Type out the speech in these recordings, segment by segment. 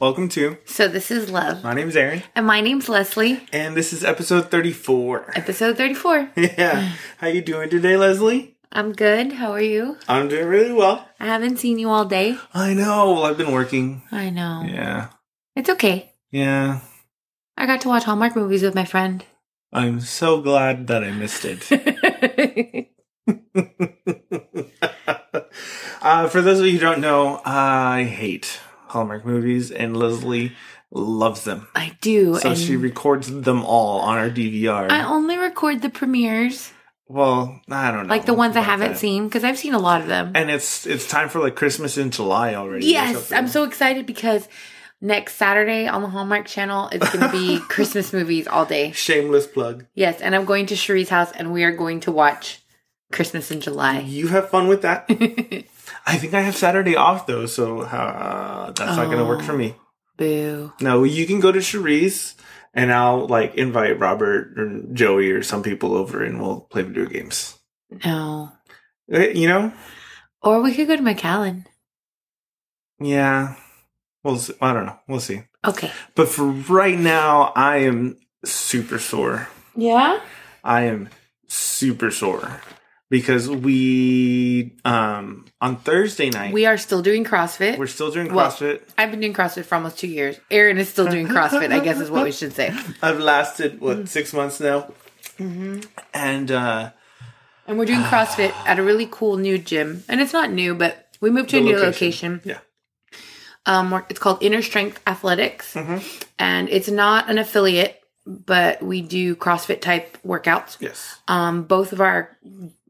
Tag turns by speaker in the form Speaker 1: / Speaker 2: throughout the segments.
Speaker 1: Welcome to.
Speaker 2: So this is love.
Speaker 1: My name's Aaron,
Speaker 2: And my name's Leslie,
Speaker 1: and this is episode 34.
Speaker 2: episode 34.
Speaker 1: Yeah. How you doing today, Leslie?
Speaker 2: I'm good. How are you?
Speaker 1: I'm doing really well.
Speaker 2: I haven't seen you all day.
Speaker 1: I know. Well, I've been working.
Speaker 2: I know.
Speaker 1: Yeah.
Speaker 2: It's okay.
Speaker 1: Yeah.
Speaker 2: I got to watch Hallmark movies with my friend.
Speaker 1: I'm so glad that I missed it. uh, for those of you who don't know, I hate Hallmark movies, and Leslie loves them.
Speaker 2: I do.
Speaker 1: So
Speaker 2: and
Speaker 1: she records them all on our DVR.
Speaker 2: I only record the premieres,
Speaker 1: well, I don't know.
Speaker 2: like the ones I
Speaker 1: about
Speaker 2: haven't
Speaker 1: Oh, that.
Speaker 2: seen, because I've seen a lot of them.
Speaker 1: And it's it's time for like Christmas in July already. or
Speaker 2: Yes,
Speaker 1: something.
Speaker 2: I'm so excited because next Saturday on the Hallmark Channel, it's going to be Christmas movies all day.
Speaker 1: shameless plug.
Speaker 2: Yes, and I'm going to Cherie's house, and we are going to watch Christmas in July.
Speaker 1: You have fun with that. I think I have Saturday off though, so uh, that's not going to work for
Speaker 2: Oh.
Speaker 1: me.
Speaker 2: Boo.
Speaker 1: No, you can go to Cherise, and I'll like invite Robert or Joey or some people over, and we'll play video games.
Speaker 2: No.
Speaker 1: Eh, You know?
Speaker 2: Or we could go to McAllen.
Speaker 1: Yeah. We'll. See. I don't know. We'll see.
Speaker 2: Okay.
Speaker 1: But for right now, I am super sore.
Speaker 2: Yeah?
Speaker 1: I am super sore because we um on Thursday night
Speaker 2: We are still doing CrossFit.
Speaker 1: we're still doing
Speaker 2: Well-
Speaker 1: CrossFit.
Speaker 2: I've been doing CrossFit for almost two years. Aaron is still doing CrossFit, I guess is what we should say.
Speaker 1: I've lasted what six months now,
Speaker 2: Mm. Mm-hmm.
Speaker 1: and uh,
Speaker 2: And we're doing CrossFit at a really cool new gym. And it's not new, but we moved to a
Speaker 1: The
Speaker 2: new
Speaker 1: location.
Speaker 2: location.
Speaker 1: yeah,
Speaker 2: Um, we're- it's called Inner Strength Athletics. And it's not an affiliate, but we do CrossFit type workouts.
Speaker 1: yes,
Speaker 2: Um, both of our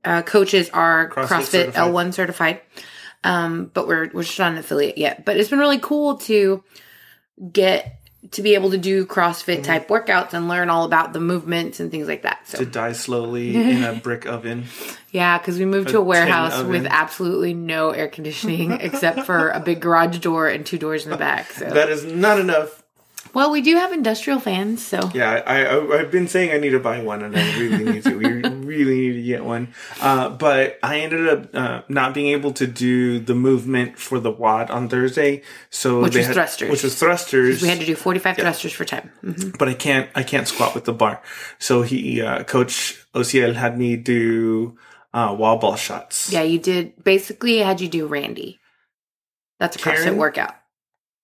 Speaker 2: uh, coaches are
Speaker 1: CrossFit
Speaker 2: CrossFit,
Speaker 1: certified.
Speaker 2: L1 certified, um, but we're we're just not an affiliate yet. But it's been really cool to get to be able to do
Speaker 1: Mm-hmm.
Speaker 2: CrossFit type workouts and learn all about the movements and things like that.
Speaker 1: to
Speaker 2: So
Speaker 1: die slowly in a brick oven.
Speaker 2: yeah, because we moved to a
Speaker 1: tin
Speaker 2: warehouse with
Speaker 1: oven.
Speaker 2: absolutely no air conditioning except for a big garage door and two doors in the back. So
Speaker 1: That is not enough.
Speaker 2: well, we do have industrial fans, so
Speaker 1: Yeah, I, I I've been saying I need to buy one, and I really need to. We really need to get one. Uh, but I ended up uh, not being able to do the movement for the wad on Thursday, so which
Speaker 2: was thrusters.
Speaker 1: which was thrusters.
Speaker 2: we had to do forty five thrusters for time. Mhm.
Speaker 1: but I can't I can't squat with the bar. So he uh, coach Ociel had me do uh, wall ball shots.
Speaker 2: Yeah, you did. Basically, I had you do Randy. That's a CrossFit
Speaker 1: Karen?
Speaker 2: workout.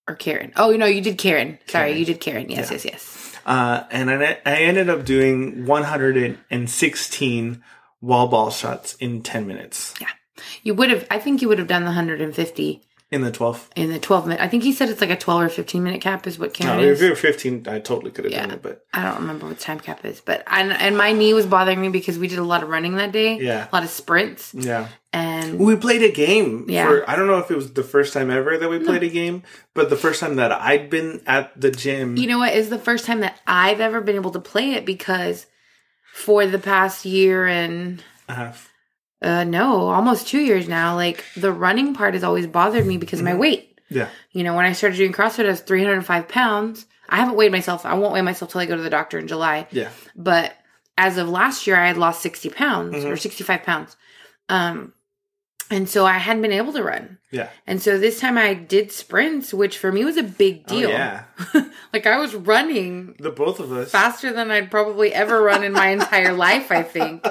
Speaker 2: Or Karen. Oh, no, you did Karen. Sorry,
Speaker 1: Karen.
Speaker 2: you did Karen. Yes, yes, yes.
Speaker 1: Uh, and I, I ended up doing 116 wall ball shots in 10 minutes
Speaker 2: You would have, I think you would have done the 150
Speaker 1: in the 12.
Speaker 2: in the 12 minute. I think he said it's like a 12 or 15 minute cap is what Karen
Speaker 1: No, if
Speaker 2: is.
Speaker 1: it were 15, I totally could have done
Speaker 2: Yeah.
Speaker 1: it, but
Speaker 2: I don't remember what the time cap is, but I, and my knee was bothering me because we did a lot of running that day.
Speaker 1: Yeah.
Speaker 2: A lot of sprints.
Speaker 1: yeah.
Speaker 2: And
Speaker 1: We played a game.
Speaker 2: Yeah.
Speaker 1: For, I don't know if it was the first time ever that we played a game, but the first time that I'd been at the gym.
Speaker 2: you know what? It's the first time that I've ever been able to play it because for the past year and
Speaker 1: uh,
Speaker 2: uh no almost two years now like the running part has always bothered me because of
Speaker 1: Mm-hmm.
Speaker 2: my weight
Speaker 1: yeah.
Speaker 2: you know when i started doing crossfit i was 305 pounds i haven't weighed myself i won't weigh myself till i go to the doctor in july
Speaker 1: Yeah.
Speaker 2: but as of last year i had lost 60 pounds
Speaker 1: Mm-hmm.
Speaker 2: or 65 pounds um and so i hadn't been able to run
Speaker 1: Yeah.
Speaker 2: and so this time i did sprints which for me was a big
Speaker 1: Oh,
Speaker 2: deal
Speaker 1: yeah.
Speaker 2: like i was running
Speaker 1: The both of us.
Speaker 2: faster than I'd probably ever run in my entire life, I think.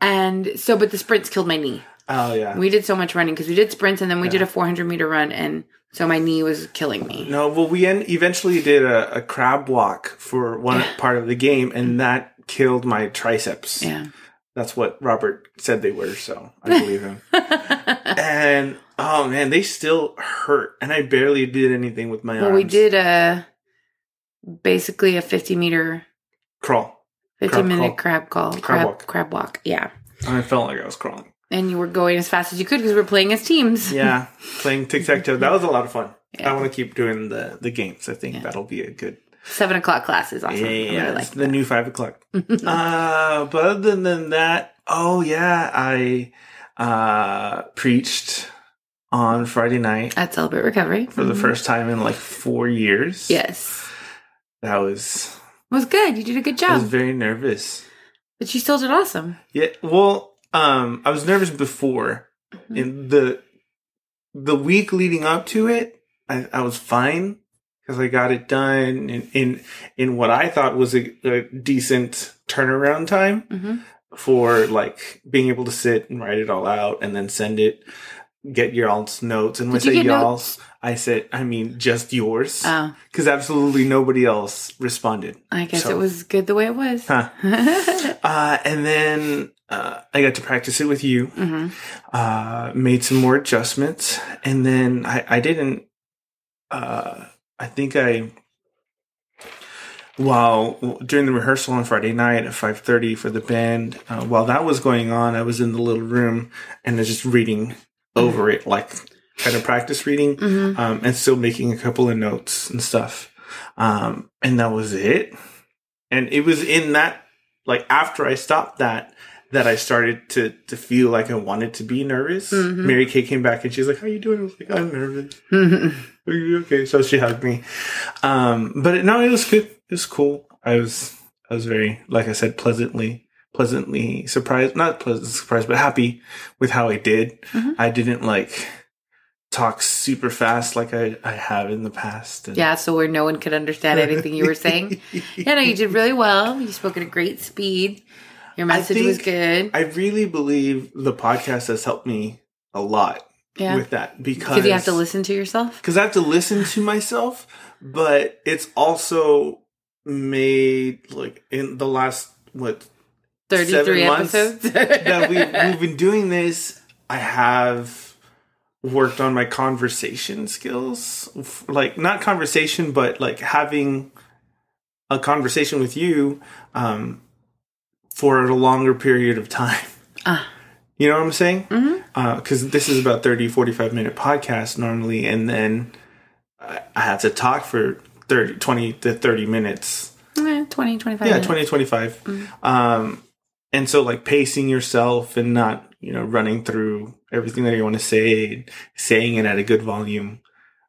Speaker 2: And so, but the sprints killed my knee.
Speaker 1: Oh, yeah.
Speaker 2: We did so much running because we did sprints and then we did a 400 meter run, and so my knee was killing me.
Speaker 1: No, well, we en- eventually did a, a crab walk for one
Speaker 2: Yeah.
Speaker 1: part of the game, and that killed my triceps.
Speaker 2: Yeah.
Speaker 1: That's what Robert said they were, so I believe him. and oh man, they still hurt, and I barely did anything with my
Speaker 2: Well,
Speaker 1: arms.
Speaker 2: we did a basically a 50 meter,
Speaker 1: crawl.
Speaker 2: 50
Speaker 1: Crab
Speaker 2: minute
Speaker 1: crawl.
Speaker 2: crab call, crab,
Speaker 1: walk.
Speaker 2: crab walk. Yeah.
Speaker 1: I felt like I was crawling.
Speaker 2: And you were going as fast as you could because we were playing as teams.
Speaker 1: Yeah, playing tic tac toe. That was a lot of fun.
Speaker 2: Yeah.
Speaker 1: I want to keep doing the the games. I think that'll be a good.
Speaker 2: Seven o'clock class is awesome.
Speaker 1: Yeah, yeah,
Speaker 2: I really
Speaker 1: yeah.
Speaker 2: like
Speaker 1: It's the new five o'clock. uh, but other than that, oh yeah, I uh, preached on Friday night
Speaker 2: at Celebrate Recovery. Mm-hmm.
Speaker 1: for the first time in like four years.
Speaker 2: Yes.
Speaker 1: that was
Speaker 2: It was good. You did a good
Speaker 1: I
Speaker 2: job.
Speaker 1: was very nervous.
Speaker 2: but you still did awesome.
Speaker 1: Yeah, well, um, I was nervous before
Speaker 2: Mm-hmm.
Speaker 1: in the the week leading up to it. I, I was fine. because I got it done in, in in what I thought was a, a decent turnaround time
Speaker 2: hmm
Speaker 1: for like being able to sit and write it all out and then send it. Get y'all's notes, and when I
Speaker 2: Did you
Speaker 1: say
Speaker 2: get
Speaker 1: y'all's, I said I mean just yours,
Speaker 2: Oh,
Speaker 1: because absolutely nobody else responded.
Speaker 2: I guess
Speaker 1: So-
Speaker 2: it was good the way it was.
Speaker 1: Huh. Uh, and then uh, I got to practice it with you.
Speaker 2: hmm
Speaker 1: uh, made some more adjustments, and then I, I didn't. Uh, I think I, while during the rehearsal on Friday night at five thirty for the band, uh, while that was going on, I was in the little room and I was just reading over it, like kind of practice reading,
Speaker 2: hmm
Speaker 1: um, and still making a couple of notes and stuff. Um, and that was it. And it was in that, like after I stopped that, that I started to to feel like I wanted to be nervous.
Speaker 2: Mhm.
Speaker 1: Mary Kay came back and she's like, "How you doing?" I was like, "I'm nervous."
Speaker 2: Mm-hmm.
Speaker 1: Are you okay? So she hugged me. Um, but it, no, it was good. It was cool. I was I was very, like I said, pleasantly pleasantly surprised. Not pleasant surprised, but happy with how I did.
Speaker 2: Mhm.
Speaker 1: I didn't like talk super fast like I, I have in the past. And
Speaker 2: Yeah, so where no one could understand anything you were saying. yeah, no, you did really well. You spoke at a great speed. Your
Speaker 1: I
Speaker 2: message was
Speaker 1: think-
Speaker 2: good.
Speaker 1: I really believe the podcast has helped me a lot
Speaker 2: Yeah,
Speaker 1: with that because
Speaker 2: because you have to listen to yourself.
Speaker 1: because I have to listen to myself, but it's also made like in the last what
Speaker 2: Thirty-three
Speaker 1: Seven months
Speaker 2: episodes.
Speaker 1: that we, we've been doing this, I have worked on my conversation skills. F- Like, not conversation, but like having a conversation with you um, for a longer period of time.
Speaker 2: Ah.
Speaker 1: You know what I'm saying?
Speaker 2: Mhm.
Speaker 1: Because this is about 30, 45 minute podcast normally, and then I I have to talk for 30, 20 to 30 minutes
Speaker 2: Eh, 20, 25
Speaker 1: yeah
Speaker 2: minutes.
Speaker 1: 20 25
Speaker 2: Mm-hmm.
Speaker 1: um and so like pacing yourself and not you know running through everything that you want to say and saying it at a good volume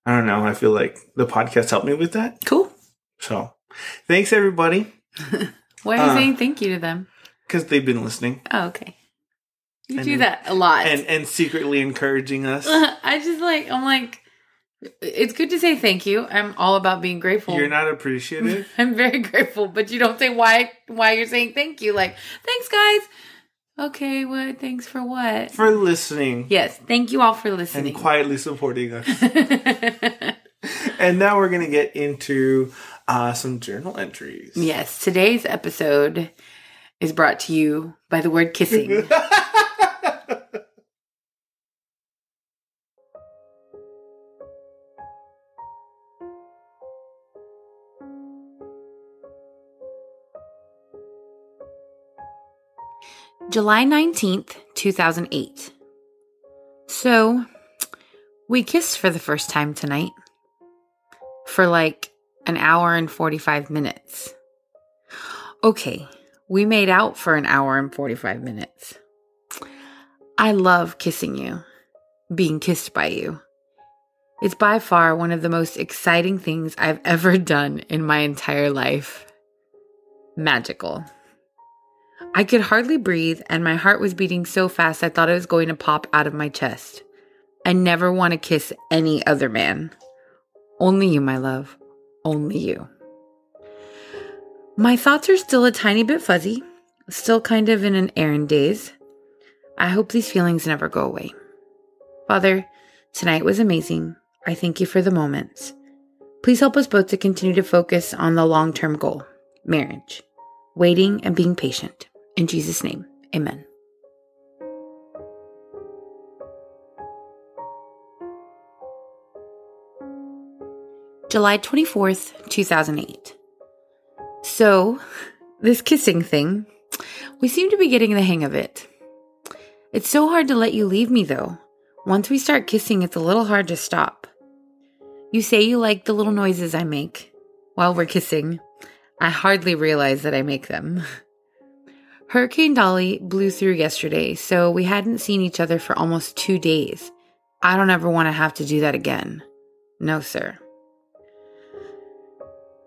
Speaker 1: i don't know i feel like the podcast helped me with that
Speaker 2: Cool.
Speaker 1: so thanks everybody
Speaker 2: Why are you
Speaker 1: Uh,
Speaker 2: saying thank you to them?
Speaker 1: because they've been listening
Speaker 2: Oh, okay. You
Speaker 1: and-
Speaker 2: do that a lot.
Speaker 1: and and secretly encouraging us
Speaker 2: I just like I'm like it's good to say thank you. I'm all about being grateful.
Speaker 1: you're not appreciative
Speaker 2: I'm very grateful, but you don't say why why you're saying thank you. Like, thanks guys. Okay, what thanks for what?
Speaker 1: for listening
Speaker 2: yes, thank you all for
Speaker 1: and
Speaker 2: listening.
Speaker 1: quietly supporting us and now we're gonna get into uh some journal entries
Speaker 2: yes, today's episode is brought to you by the word kissing. July 19th, 2008. So, we kissed for the first time tonight for like an hour and 45 minutes. Okay, we made out for an hour and 45 minutes. I love kissing you, being kissed by you. It's by far one of the most exciting things I've ever done in my entire life. Magical. I could hardly breathe, and my heart was beating so fast I thought it was going to pop out of my chest. I never want to kiss any other man. Only you, my love. Only you. My thoughts are still a tiny bit fuzzy, still kind of in an errand daze. I hope these feelings never go away. Father, tonight was amazing. I thank you for the moments. Please help us both to continue to focus on the long term goal marriage, waiting and being patient. In Jesus' name, amen. July 24th, 2008. So, this kissing thing, we seem to be getting the hang of it. It's so hard to let you leave me, though. Once we start kissing, it's a little hard to stop. You say you like the little noises I make while we're kissing. I hardly realize that I make them. Hurricane Dolly blew through yesterday, so we hadn't seen each other for almost two days. I don't ever want to have to do that again. No, sir.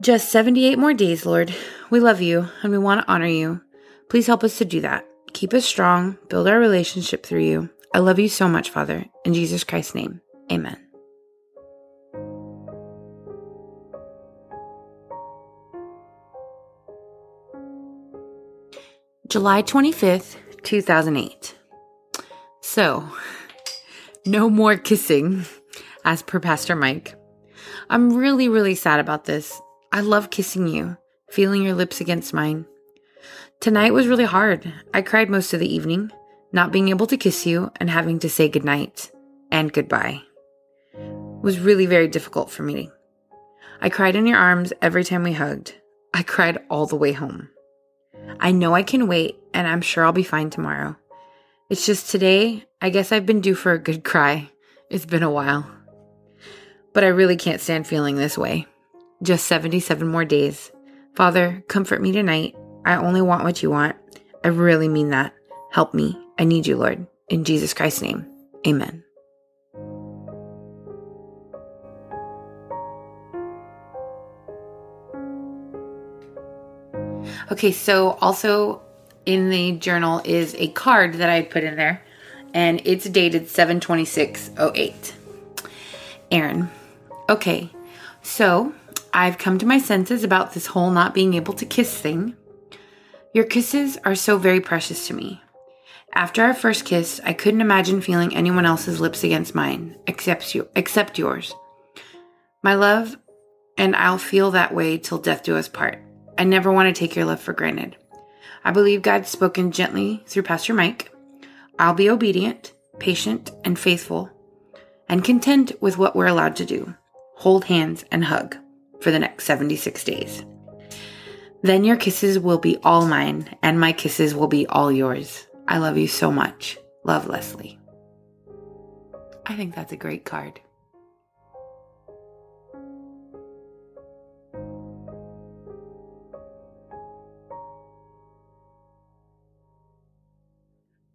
Speaker 2: Just 78 more days, Lord. We love you and we want to honor you. Please help us to do that. Keep us strong, build our relationship through you. I love you so much, Father. In Jesus Christ's name, amen. July 25th, 2008. So, no more kissing, as per Pastor Mike. I'm really, really sad about this. I love kissing you, feeling your lips against mine. Tonight was really hard. I cried most of the evening, not being able to kiss you and having to say goodnight and goodbye. It was really very difficult for me. I cried in your arms every time we hugged. I cried all the way home. I know I can wait, and I'm sure I'll be fine tomorrow. It's just today, I guess I've been due for a good cry. It's been a while. But I really can't stand feeling this way. Just 77 more days. Father, comfort me tonight. I only want what you want. I really mean that. Help me. I need you, Lord. In Jesus Christ's name. Amen. Okay, so also in the journal is a card that I put in there, and it's dated 72608. Aaron, okay, so I've come to my senses about this whole not being able to kiss thing. Your kisses are so very precious to me. After our first kiss, I couldn't imagine feeling anyone else's lips against mine, except you, except yours. My love, and I'll feel that way till death do us part. I never want to take your love for granted. I believe God's spoken gently through Pastor Mike. I'll be obedient, patient, and faithful, and content with what we're allowed to do hold hands and hug for the next 76 days. Then your kisses will be all mine, and my kisses will be all yours. I love you so much. Love, Leslie. I think that's a great card.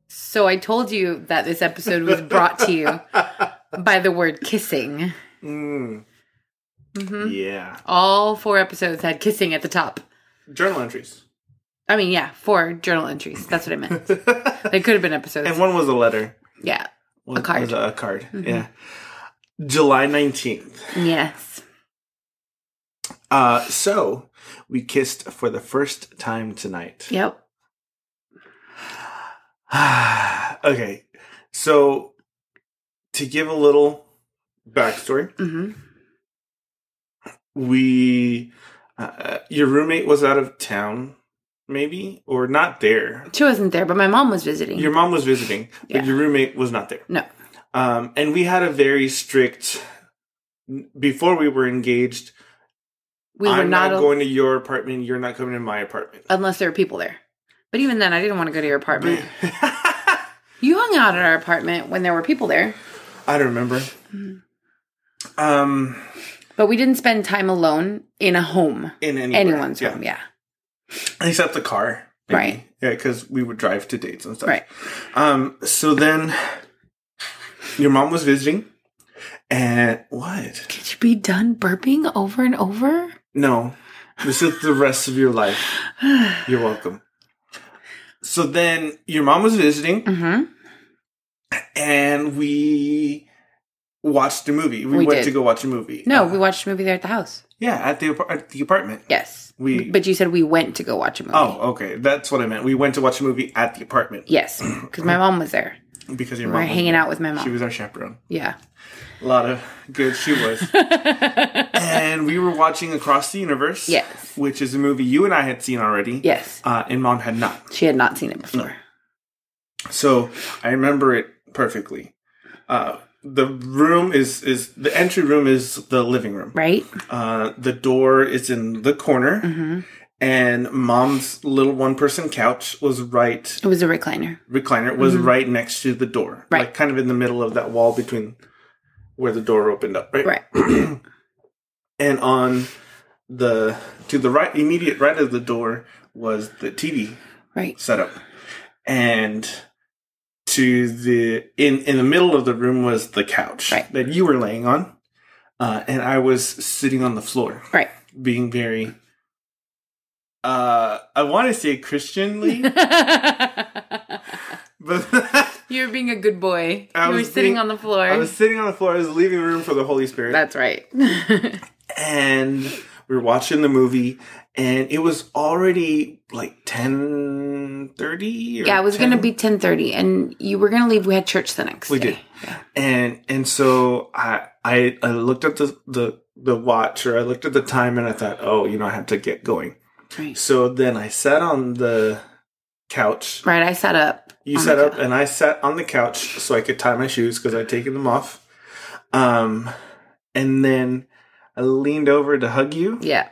Speaker 2: So I told you that this episode was brought to you by the word kissing.
Speaker 1: Mm,
Speaker 2: hmm
Speaker 1: yeah.
Speaker 2: All four episodes had kissing at the top.
Speaker 1: Journal entries.
Speaker 2: I mean, yeah, four journal entries. That's what I meant.
Speaker 1: and
Speaker 2: They could have been episodes.
Speaker 1: one was a letter.
Speaker 2: yeah.
Speaker 1: One
Speaker 2: A card.
Speaker 1: Was a, a card. Yeah. July 19th.
Speaker 2: Yes.
Speaker 1: Uh, so we kissed for the first time tonight.
Speaker 2: Yep.
Speaker 1: okay. So to give a little backstory,
Speaker 2: hmm
Speaker 1: we, uh, your roommate was out of town, maybe, or not there.
Speaker 2: She wasn't there, but my mom was visiting.
Speaker 1: Your mom was visiting, but
Speaker 2: Yeah.
Speaker 1: your roommate was not there.
Speaker 2: No.
Speaker 1: Um, and we had a very strict, before we were engaged,
Speaker 2: we were
Speaker 1: I'm not,
Speaker 2: not, al-
Speaker 1: going to your apartment, you're not coming to my apartment.
Speaker 2: unless there were people there. But even then, I didn't want to go to your apartment. You hung out at our apartment when there were people there,
Speaker 1: I don't remember.
Speaker 2: Mm-hmm.
Speaker 1: Um,
Speaker 2: but we didn't spend time alone in a home,
Speaker 1: in anywhere.
Speaker 2: anyone's
Speaker 1: yeah.
Speaker 2: home. Yeah.
Speaker 1: except the car,
Speaker 2: Right.
Speaker 1: Yeah, because we would drive to dates and stuff.
Speaker 2: Right.
Speaker 1: Um. So then, your mom was visiting, and what?
Speaker 2: Could you be done burping over and over?
Speaker 1: No, this is the rest of your life. You're welcome. So then, your mom was visiting,
Speaker 2: hmm
Speaker 1: and we watched a movie. We,
Speaker 2: We
Speaker 1: went
Speaker 2: did.
Speaker 1: to go watch a movie.
Speaker 2: No,
Speaker 1: Uh,
Speaker 2: we watched a movie there at the house.
Speaker 1: yeah, at the apar- at the apartment.
Speaker 2: Yes.
Speaker 1: We-
Speaker 2: But you said we went to go watch a movie.
Speaker 1: Oh, okay. That's what I meant. We went to watch a movie at the apartment
Speaker 2: Yes, because my mom was there.
Speaker 1: because your
Speaker 2: We
Speaker 1: mom
Speaker 2: were
Speaker 1: was
Speaker 2: hanging out with my
Speaker 1: She
Speaker 2: mom.
Speaker 1: was our chaperone.
Speaker 2: Yeah.
Speaker 1: A lot of good she was. and we were watching Across the Universe.
Speaker 2: Yes.
Speaker 1: Which is a movie you and I had seen already.
Speaker 2: Yes.
Speaker 1: Uh, and mom had not.
Speaker 2: She had not seen it before.
Speaker 1: So I remember it perfectly. Uh, the room is is the entry room is the living room.
Speaker 2: Right?
Speaker 1: Uh, the door is in the corner,
Speaker 2: hmm
Speaker 1: and mom's little one person couch was right
Speaker 2: It was a recliner.
Speaker 1: recliner was right next to the door,
Speaker 2: Right.
Speaker 1: like kind of in the middle of that wall between where the door opened up, right?
Speaker 2: Right.
Speaker 1: and on the to the right immediate right of the door was the TV
Speaker 2: Right.
Speaker 1: setup. And to the in in the middle of the room was the couch
Speaker 2: Right.
Speaker 1: that you were laying on. Uh, and I was sitting on the floor,
Speaker 2: Right.
Speaker 1: being very uh I want to say Christianly, but
Speaker 2: you were being a good boy.
Speaker 1: I
Speaker 2: you were
Speaker 1: was
Speaker 2: sitting
Speaker 1: being-
Speaker 2: on the floor.
Speaker 1: I was sitting on the floor, I was leaving room for the Holy Spirit.
Speaker 2: That's right.
Speaker 1: and We were watching the movie, and it was already like ten thirty.
Speaker 2: Yeah, it was going to be 10:30 and you were going to leave. We had church the next
Speaker 1: We
Speaker 2: day.
Speaker 1: did. and and so I I, I looked at the, the the watch or I looked at the time and I thought, oh, you know, I have to get going.
Speaker 2: Right.
Speaker 1: So then I sat on the couch.
Speaker 2: Right, I sat up.
Speaker 1: You
Speaker 2: on
Speaker 1: sat
Speaker 2: the
Speaker 1: up and I sat on the couch so I could tie my shoes because I'd taken them off. Um, and then I leaned over to hug you,
Speaker 2: Yeah,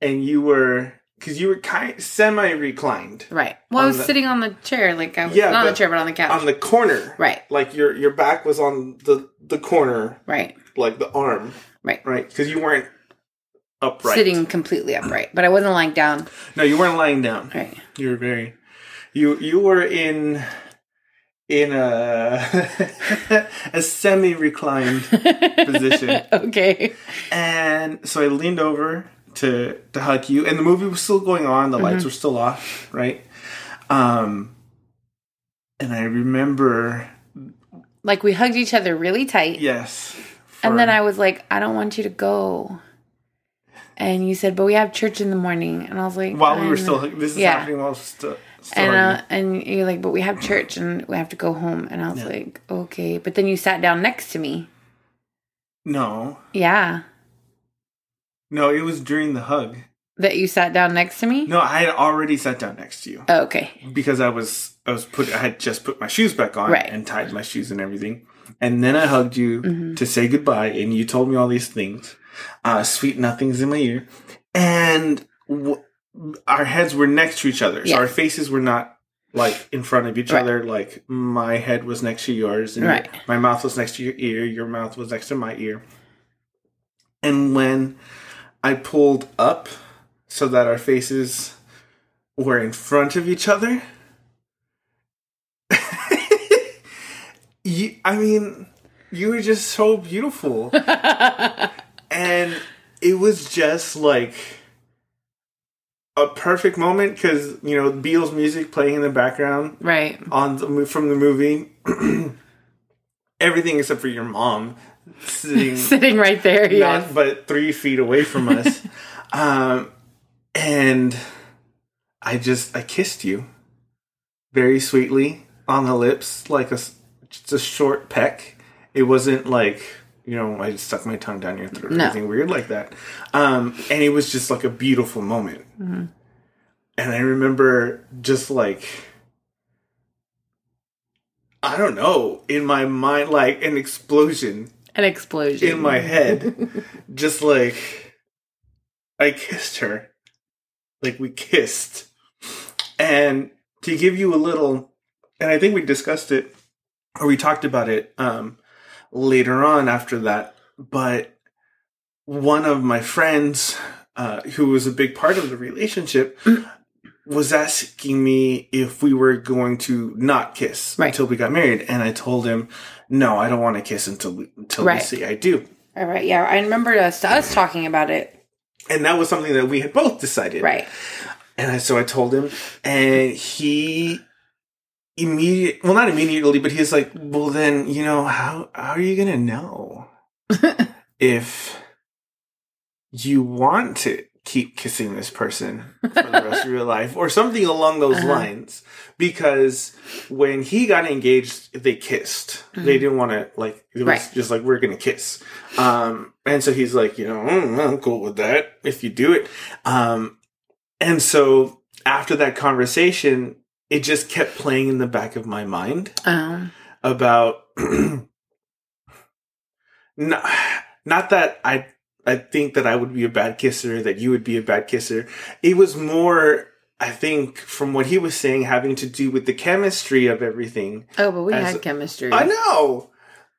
Speaker 1: and you were because you were kind semi reclined
Speaker 2: right. Well, I
Speaker 1: On
Speaker 2: was
Speaker 1: the-
Speaker 2: sitting on the chair, like I was
Speaker 1: Yeah,
Speaker 2: not on the
Speaker 1: but-
Speaker 2: chair, but on the couch.
Speaker 1: on the corner,
Speaker 2: right,
Speaker 1: like your your back was on the the corner,
Speaker 2: right.
Speaker 1: like the arm,
Speaker 2: Right.
Speaker 1: right, because you weren't upright.
Speaker 2: Sitting completely upright, but I wasn't lying down.
Speaker 1: No, you weren't lying down.
Speaker 2: Right.
Speaker 1: You were very. You you were in in a a semi reclined Position.
Speaker 2: okay.
Speaker 1: and so I leaned over to to hug you, and the movie was still going on. The
Speaker 2: Mm-hmm.
Speaker 1: lights were still off, right? Um, and I remember,
Speaker 2: Like we hugged each other really tight.
Speaker 1: yes,
Speaker 2: And then
Speaker 1: for-
Speaker 2: I was like, I don't want you to go. And you said, but we have church in the morning. And I was like,
Speaker 1: while we were
Speaker 2: "I'm-
Speaker 1: still hug- this is
Speaker 2: yeah.
Speaker 1: happening while still. still
Speaker 2: And
Speaker 1: hugging.
Speaker 2: uh, and you're like, but we have church and we have to go home. And I was like, okay. But then you sat down next to me.
Speaker 1: no,
Speaker 2: Yeah,
Speaker 1: no, it was during the hug.
Speaker 2: that you sat down next to me.
Speaker 1: No, I had already sat down next to you.
Speaker 2: Oh, okay.
Speaker 1: because I was I was put I had just put my shoes back on
Speaker 2: Right.
Speaker 1: and tied my shoes and everything, and then I hugged you to say goodbye, and you told me all these things, uh, sweet nothings in my ear, and w- our heads were next to each other, so
Speaker 2: Yeah.
Speaker 1: our faces were not like in front of each
Speaker 2: Right.
Speaker 1: other. Like my head was next to yours, and
Speaker 2: Right.
Speaker 1: my mouth was next to your ear, your mouth was next to my ear, and when I pulled up so that our faces were in front of each other. you, I mean, you were just so beautiful. and it was just like a perfect moment because, you know, Beatles music playing in the background
Speaker 2: Right.
Speaker 1: on the mo- from the movie. Everything except for your mom sitting
Speaker 2: Sitting right there.
Speaker 1: not
Speaker 2: Yes.
Speaker 1: but three feet away from us. um, and I just I kissed you very sweetly on the lips, like a s- just a short peck. It wasn't like you know I stuck my tongue down your throat or
Speaker 2: No.
Speaker 1: anything weird like that. Um, and it was just like a beautiful moment.
Speaker 2: Mm-hmm.
Speaker 1: And I remember just like. I don't know, in my mind, like an explosion
Speaker 2: An explosion.
Speaker 1: in my head, just like I kissed her, like we kissed, and to give you a little, and I think we discussed it or we talked about it um, later on after that, but one of my friends uh, who was a big part of the relationship. Was asking me if we were going to not kiss
Speaker 2: Right.
Speaker 1: until we got married, and I told him, "No, I don't want to kiss until until we
Speaker 2: Right.
Speaker 1: see I do."
Speaker 2: All right. Yeah, I remember us us talking about it.
Speaker 1: and that was something that we had both decided
Speaker 2: Right.
Speaker 1: and I, so i told him and he immediate well not immediately but he's like well then you know how how are you gonna know if you want to keep kissing this person for the rest of your life or something along those
Speaker 2: Uh-huh.
Speaker 1: lines because when he got engaged they kissed they didn't want to like it was
Speaker 2: Right.
Speaker 1: just like we're gonna kiss um and so he's like you know "Mm, i'm cool with that if you do it um and so after that conversation it just kept playing in the back of my mind
Speaker 2: Um.
Speaker 1: about not, not that I I think that I would be a bad kisser, that you would be a bad kisser. It was more I think from what he was saying having to do with the chemistry of everything.
Speaker 2: Oh, but we
Speaker 1: As-
Speaker 2: had chemistry.
Speaker 1: I
Speaker 2: I,
Speaker 1: know.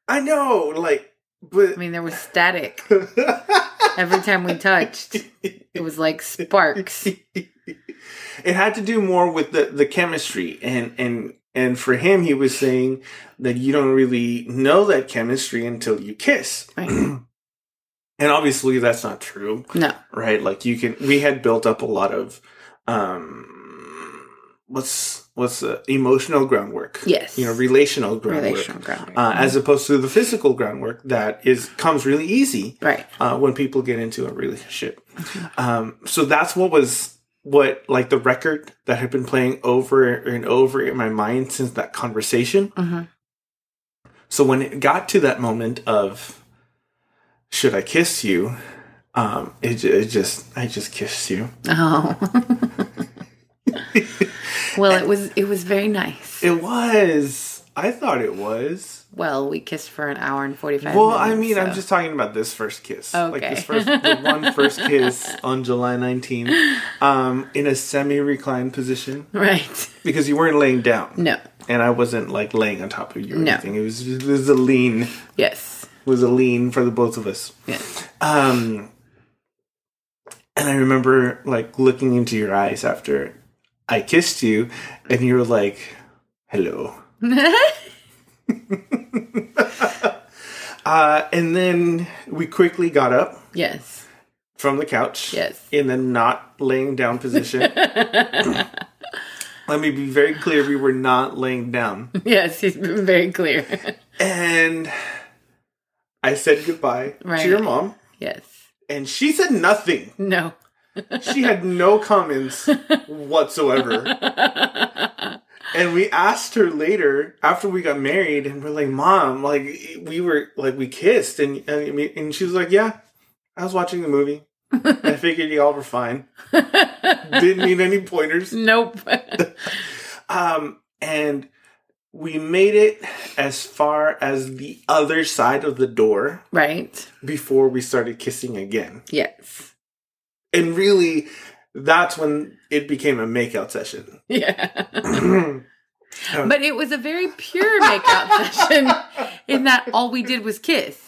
Speaker 1: I know like but
Speaker 2: mean, there was static every time we touched. It was like sparks.
Speaker 1: it had to do more with the the chemistry and and and for him he was saying that you don't really know that chemistry until you kiss
Speaker 2: Right.
Speaker 1: and obviously that's not true
Speaker 2: No.
Speaker 1: right like you can we had built up a lot of um what's what's uh, emotional groundwork.
Speaker 2: Yes.
Speaker 1: You know, relational groundwork.
Speaker 2: relational Mm-hmm. groundwork.
Speaker 1: Uh, as opposed to the physical groundwork that is comes really easy
Speaker 2: right.
Speaker 1: uh, when people get into a relationship. Um, so that's what was what like the record that had been playing over and over in my mind since that conversation.
Speaker 2: Mhm.
Speaker 1: So when it got to that moment of should I kiss you, um, it, ju- it just I just kissed you.
Speaker 2: Oh. well, it was it was very nice.
Speaker 1: It was. I thought it was.
Speaker 2: well, we kissed for an hour and forty five.
Speaker 1: Well, I mean, I'm just talking about this first kiss. Like this
Speaker 2: Okay.
Speaker 1: first, the one first kiss on July 19th, um, in a semi-reclined position
Speaker 2: right.
Speaker 1: because you weren't laying down,
Speaker 2: No.
Speaker 1: and I wasn't like laying on top of you or
Speaker 2: No.
Speaker 1: anything. It was it was a lean,
Speaker 2: Yes.
Speaker 1: was a lean for the both of us.
Speaker 2: Yes.
Speaker 1: Um, and I remember like looking into your eyes after I kissed you, and you were like, "Hello." Uh, and then we quickly got up
Speaker 2: yes.
Speaker 1: from the couch.
Speaker 2: Yes.
Speaker 1: In the not laying down position. Let me be very clear we were not laying down.
Speaker 2: Yes. He's been very clear.
Speaker 1: And I said goodbye
Speaker 2: Right.
Speaker 1: to your mom,
Speaker 2: yes.
Speaker 1: and she said nothing.
Speaker 2: No.
Speaker 1: She had no comments whatsoever. And we asked her later after we got married, and we're like, "Mom, like we were like we kissed," and and, and she was like, "Yeah, I was watching the movie. I figured y'all were fine. Didn't need any pointers."
Speaker 2: Nope.
Speaker 1: Um, and we made it as far as the other side of the door
Speaker 2: right.
Speaker 1: before we started kissing again.
Speaker 2: Yes.
Speaker 1: And really, that's when it became a makeout session.
Speaker 2: Yeah. but it was a very pure makeout session in that all we did was kiss.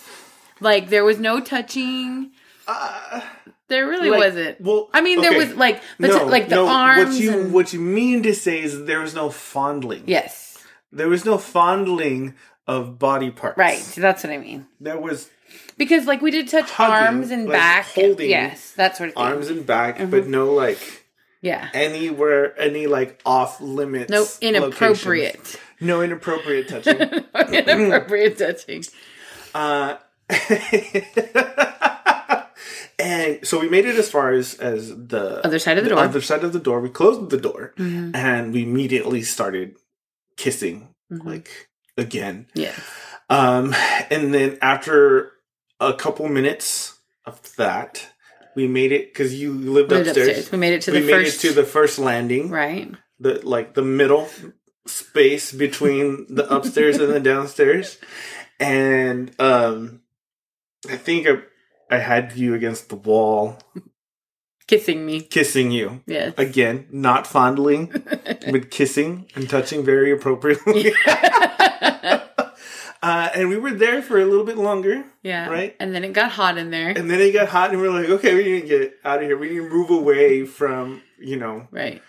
Speaker 2: Like there was no touching.
Speaker 1: Uh,
Speaker 2: There really
Speaker 1: Like,
Speaker 2: wasn't.
Speaker 1: well,
Speaker 2: I mean, there
Speaker 1: okay.
Speaker 2: was like the t- like the arms.
Speaker 1: What you
Speaker 2: and-
Speaker 1: what you mean to say is there was no fondling.
Speaker 2: yes,
Speaker 1: There was no fondling of body parts.
Speaker 2: right. That's what I mean.
Speaker 1: There was
Speaker 2: Because like we did touch
Speaker 1: Hugging,
Speaker 2: arms and
Speaker 1: like,
Speaker 2: back.
Speaker 1: holding
Speaker 2: yes, that sort of thing.
Speaker 1: arms and back,
Speaker 2: Mm-hmm.
Speaker 1: but no like
Speaker 2: yeah.
Speaker 1: anywhere any like off limits.
Speaker 2: No
Speaker 1: locations.
Speaker 2: inappropriate.
Speaker 1: No inappropriate touching.
Speaker 2: inappropriate touching.
Speaker 1: Uh, and so we made it as far as as the
Speaker 2: Other side of the door.
Speaker 1: other side of the door. We closed the door,
Speaker 2: Mm-hmm.
Speaker 1: and we immediately started kissing
Speaker 2: Mm-hmm.
Speaker 1: like again.
Speaker 2: Yes.
Speaker 1: Um, and then after a couple minutes of that, we made it because you lived,
Speaker 2: We moved
Speaker 1: upstairs.
Speaker 2: upstairs. We made it to
Speaker 1: We
Speaker 2: the
Speaker 1: made
Speaker 2: first.
Speaker 1: it to the first landing,
Speaker 2: right.
Speaker 1: the like the middle space between the upstairs and the downstairs and um i think i i had you against the wall
Speaker 2: Kissing me.
Speaker 1: kissing you
Speaker 2: Yes.
Speaker 1: again not fondling but kissing and touching very appropriately uh and we were there for a little bit longer
Speaker 2: yeah.
Speaker 1: Right?
Speaker 2: And then it got hot in there.
Speaker 1: and then it got hot and we were like okay we need to get out of here we need to move away from you know
Speaker 2: right.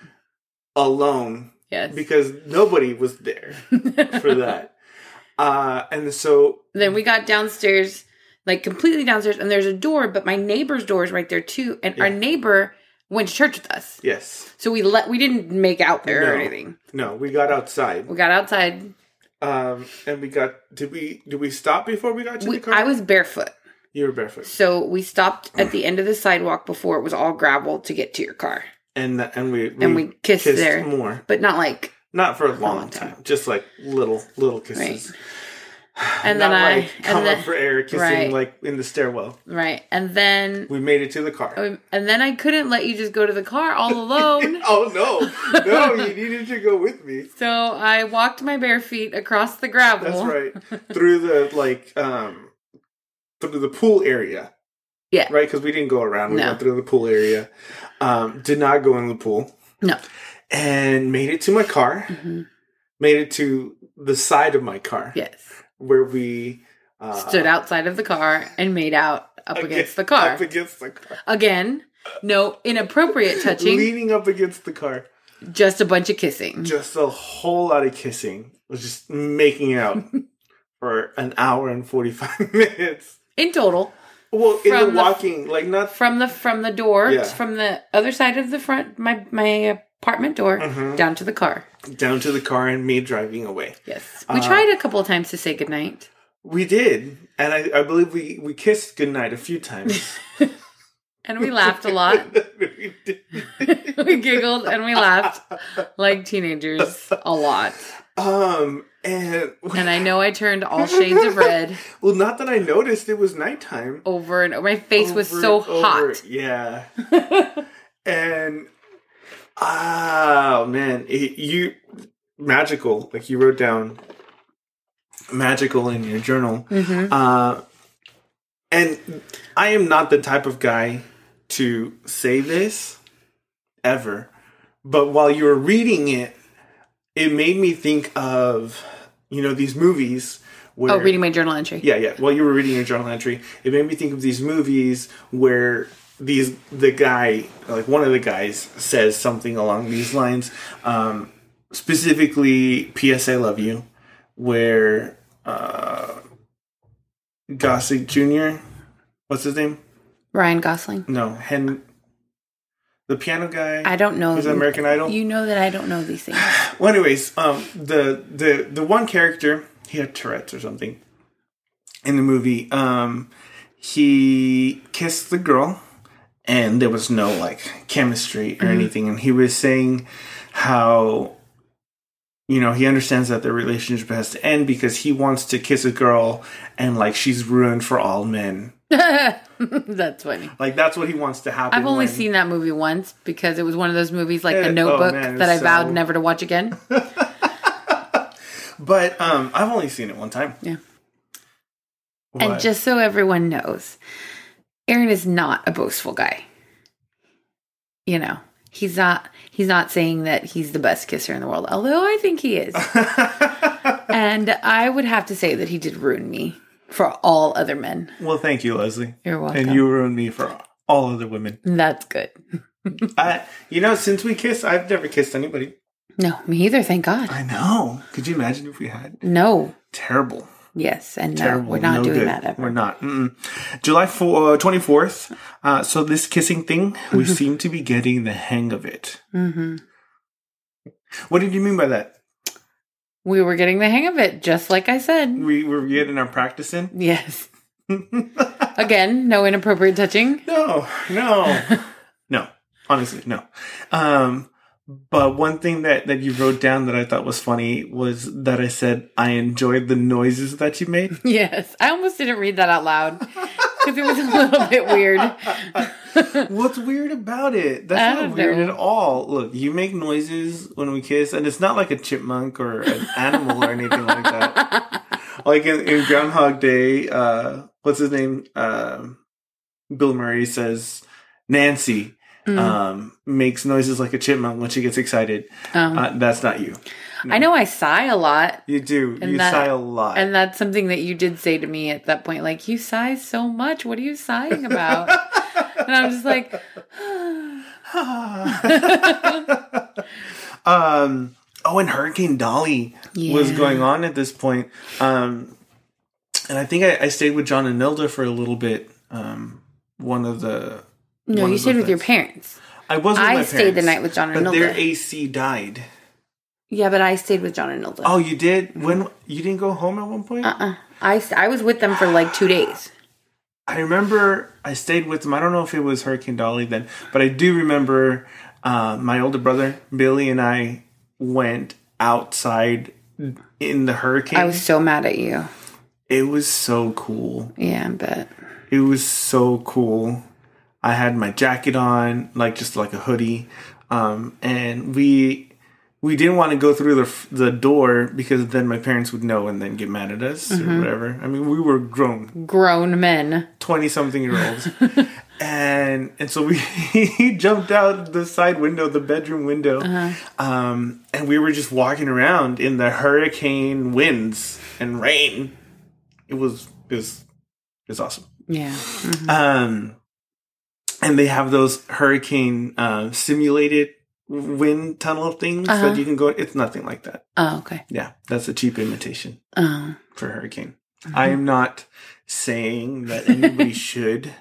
Speaker 1: alone
Speaker 2: Yes.
Speaker 1: because nobody was there for that uh and so
Speaker 2: then we got downstairs, like completely downstairs, and there's a door, but my neighbor's door is right there too. And our
Speaker 1: Yeah.
Speaker 2: neighbor went to church with us.
Speaker 1: yes
Speaker 2: So we let we didn't make out there or
Speaker 1: No.
Speaker 2: anything.
Speaker 1: No, we got outside.
Speaker 2: We got outside.
Speaker 1: Um, and we got did we did we stop before we got to
Speaker 2: We,
Speaker 1: the car?
Speaker 2: I was barefoot.
Speaker 1: you were barefoot,
Speaker 2: So we stopped at the end of the sidewalk before it was all gravel to get to your car.
Speaker 1: and and we, we
Speaker 2: And we kissed there.
Speaker 1: more,
Speaker 2: But not like
Speaker 1: not for a long,
Speaker 2: long
Speaker 1: time.
Speaker 2: time.
Speaker 1: just like little little kisses.
Speaker 2: and
Speaker 1: Not
Speaker 2: then I
Speaker 1: like come
Speaker 2: and then,
Speaker 1: up for air kissing
Speaker 2: right.
Speaker 1: like in the stairwell.
Speaker 2: right. And then
Speaker 1: We made it to the car.
Speaker 2: and then I couldn't let you just go to the car all alone.
Speaker 1: oh no, no! You needed to go with me.
Speaker 2: so I walked my bare feet across the gravel.
Speaker 1: That's right through the like um through the pool area.
Speaker 2: Yeah.
Speaker 1: right because we didn't go around. We
Speaker 2: No.
Speaker 1: went through the pool area. Um, did not go in the pool.
Speaker 2: No.
Speaker 1: and made it to my car,
Speaker 2: Mhm.
Speaker 1: made it to the side of my car
Speaker 2: Yes.
Speaker 1: where we uh,
Speaker 2: stood outside of the car and made out up
Speaker 1: aga-
Speaker 2: against the car.
Speaker 1: Up against the car.
Speaker 2: Again, no inappropriate touching,
Speaker 1: Leaning up against the car.
Speaker 2: just a bunch of kissing.
Speaker 1: Just a whole lot of kissing. Was just making out for an hour and 45 minutes.
Speaker 2: In total,
Speaker 1: Well, in
Speaker 2: From
Speaker 1: the
Speaker 2: the-
Speaker 1: walking, like not
Speaker 2: from the from the door,
Speaker 1: Yeah.
Speaker 2: from the other side of the front my my apartment door
Speaker 1: Mm-hmm.
Speaker 2: down to the car.
Speaker 1: down to the car and me driving away.
Speaker 2: Yes.
Speaker 1: Uh-huh.
Speaker 2: We tried a couple of times to say goodnight.
Speaker 1: We did, and I, I believe we we kissed goodnight a few times.
Speaker 2: And we laughed a lot.
Speaker 1: We did.
Speaker 2: we giggled and we laughed like teenagers a lot.
Speaker 1: um, and
Speaker 2: And I know I turned all shades of red
Speaker 1: well, not that I noticed, it was nighttime.
Speaker 2: over and over. My face was
Speaker 1: Over
Speaker 2: so
Speaker 1: and over.
Speaker 2: hot.
Speaker 1: Yeah, and oh man, it, you magical like you wrote down magical in your journal.
Speaker 2: hmm
Speaker 1: Uh, and I am not the type of guy to say this ever. But while you were reading it, it made me think of, you know, these movies where.
Speaker 2: Oh, reading my journal entry.
Speaker 1: Yeah, yeah. While you were reading your journal entry, it made me think of these movies where these the guy, like one of the guys, says something along these lines. Um, specifically, "P.S. I Love You," where uh, Gossett Jr. What's his name?
Speaker 2: Ryan Gosling.
Speaker 1: No, Hen. The piano guy.
Speaker 2: I don't know.
Speaker 1: Who's on American Idol?
Speaker 2: You know that I don't know these things.
Speaker 1: Well, anyways, um, the the the one character he had Tourette's or something in the movie. Um, he kissed the girl, and there was no like chemistry
Speaker 2: Mm-hmm.
Speaker 1: or anything. And he was saying how you know he understands that their relationship has to end because he wants to kiss a girl and like she's ruined for all men.
Speaker 2: That's funny.
Speaker 1: Like that's what he wants to happen.
Speaker 2: I've only
Speaker 1: when-
Speaker 2: seen that movie once because it was one of those movies like
Speaker 1: Eh,
Speaker 2: The
Speaker 1: oh,
Speaker 2: Notebook
Speaker 1: man,
Speaker 2: that I
Speaker 1: so-
Speaker 2: vowed never to watch again.
Speaker 1: but um, I've only seen it one time.
Speaker 2: Yeah.
Speaker 1: What?
Speaker 2: And just so everyone knows, Aaron is not a boastful guy. You know, he's not he's not saying that he's the best kisser in the world, although I think he is. and I would have to say that he did ruin me for all other men.
Speaker 1: well, thank you, Leslie.
Speaker 2: You're welcome.
Speaker 1: and you ruined me for all other women.
Speaker 2: That's good.
Speaker 1: I, you know, since we kissed, I've never kissed anybody.
Speaker 2: No, me either, thank God.
Speaker 1: I know. Could you imagine if we had?
Speaker 2: No.
Speaker 1: Terrible.
Speaker 2: Yes, and no,
Speaker 1: Terrible.
Speaker 2: we're not
Speaker 1: No
Speaker 2: doing
Speaker 1: good.
Speaker 2: that ever.
Speaker 1: We're not. Mm-mm. July 4, uh, 24th. Uh, so, this kissing thing, we seem to be getting the hang of it.
Speaker 2: hmm
Speaker 1: What did you mean by that?
Speaker 2: We were getting the hang of it, just like I said.
Speaker 1: We were getting our practice in?
Speaker 2: Yes. Again, no inappropriate touching.
Speaker 1: No, no, no. Honestly, no. Um, but one thing that that you wrote down that I thought was funny was that I said I enjoyed the noises that you made.
Speaker 2: Yes, I almost didn't read that out loud because it was a little bit weird.
Speaker 1: What's weird about it?
Speaker 2: I
Speaker 1: That's
Speaker 2: don't
Speaker 1: not weird
Speaker 2: know.
Speaker 1: at all. Look, you make noises when we kiss, and it's not like a chipmunk or an animal or anything like that. Like in, in Groundhog Day, uh, what's his name? Um, Bill Murray says Nancy
Speaker 2: Mm.
Speaker 1: um, makes noises like a chipmunk when she gets excited.
Speaker 2: Um,
Speaker 1: Uh, that's not you.
Speaker 2: I know I sigh a lot,
Speaker 1: You do.
Speaker 2: And
Speaker 1: you
Speaker 2: that-
Speaker 1: sigh a lot.
Speaker 2: and that's something that you did say to me at that point. Like, you sigh so much. What are you sighing about? and I'm just like,
Speaker 1: Uh, um, oh, and Hurricane Dolly was
Speaker 2: Yeah.
Speaker 1: going on at this point. Um, and I think I, I stayed with John and Nilda for a little bit. Um, one of the
Speaker 2: no,
Speaker 1: One
Speaker 2: you
Speaker 1: of
Speaker 2: stayed
Speaker 1: the
Speaker 2: with your parents.
Speaker 1: I was. With
Speaker 2: I
Speaker 1: my
Speaker 2: stayed the
Speaker 1: parents,
Speaker 2: night with John and
Speaker 1: but their
Speaker 2: Nilda.
Speaker 1: AC died.
Speaker 2: Yeah, but I stayed with John and Nilda.
Speaker 1: Oh, you did when you didn't go home at one point.
Speaker 2: Uh-uh. I, s- I was with them for like two days.
Speaker 1: I remember I stayed with them. I don't know if it was Hurricane Dolly then, but I do remember uh, my older brother Billy and I went outside in the hurricane.
Speaker 2: I was so mad at you.
Speaker 1: it was so cool.
Speaker 2: Yeah, but
Speaker 1: It was so cool. I had my jacket on, like just like a hoodie, um, and we we didn't want to go through the f- the door because then my parents would know and then get mad at us or whatever. I mean, we were grown.
Speaker 2: grown men.
Speaker 1: 20 something year olds. and and so we he jumped out the side window, the bedroom window. Um, and we were just walking around in the hurricane winds and rain. It was it was it was awesome.
Speaker 2: Yeah.
Speaker 1: Um and they have those hurricane uh, simulated wind tunnel things that you can go it's nothing like that.
Speaker 2: Oh, okay.
Speaker 1: Yeah, that's a cheap imitation
Speaker 2: Oh.
Speaker 1: for hurricane.
Speaker 2: Mm-hmm.
Speaker 1: I am not saying that anybody should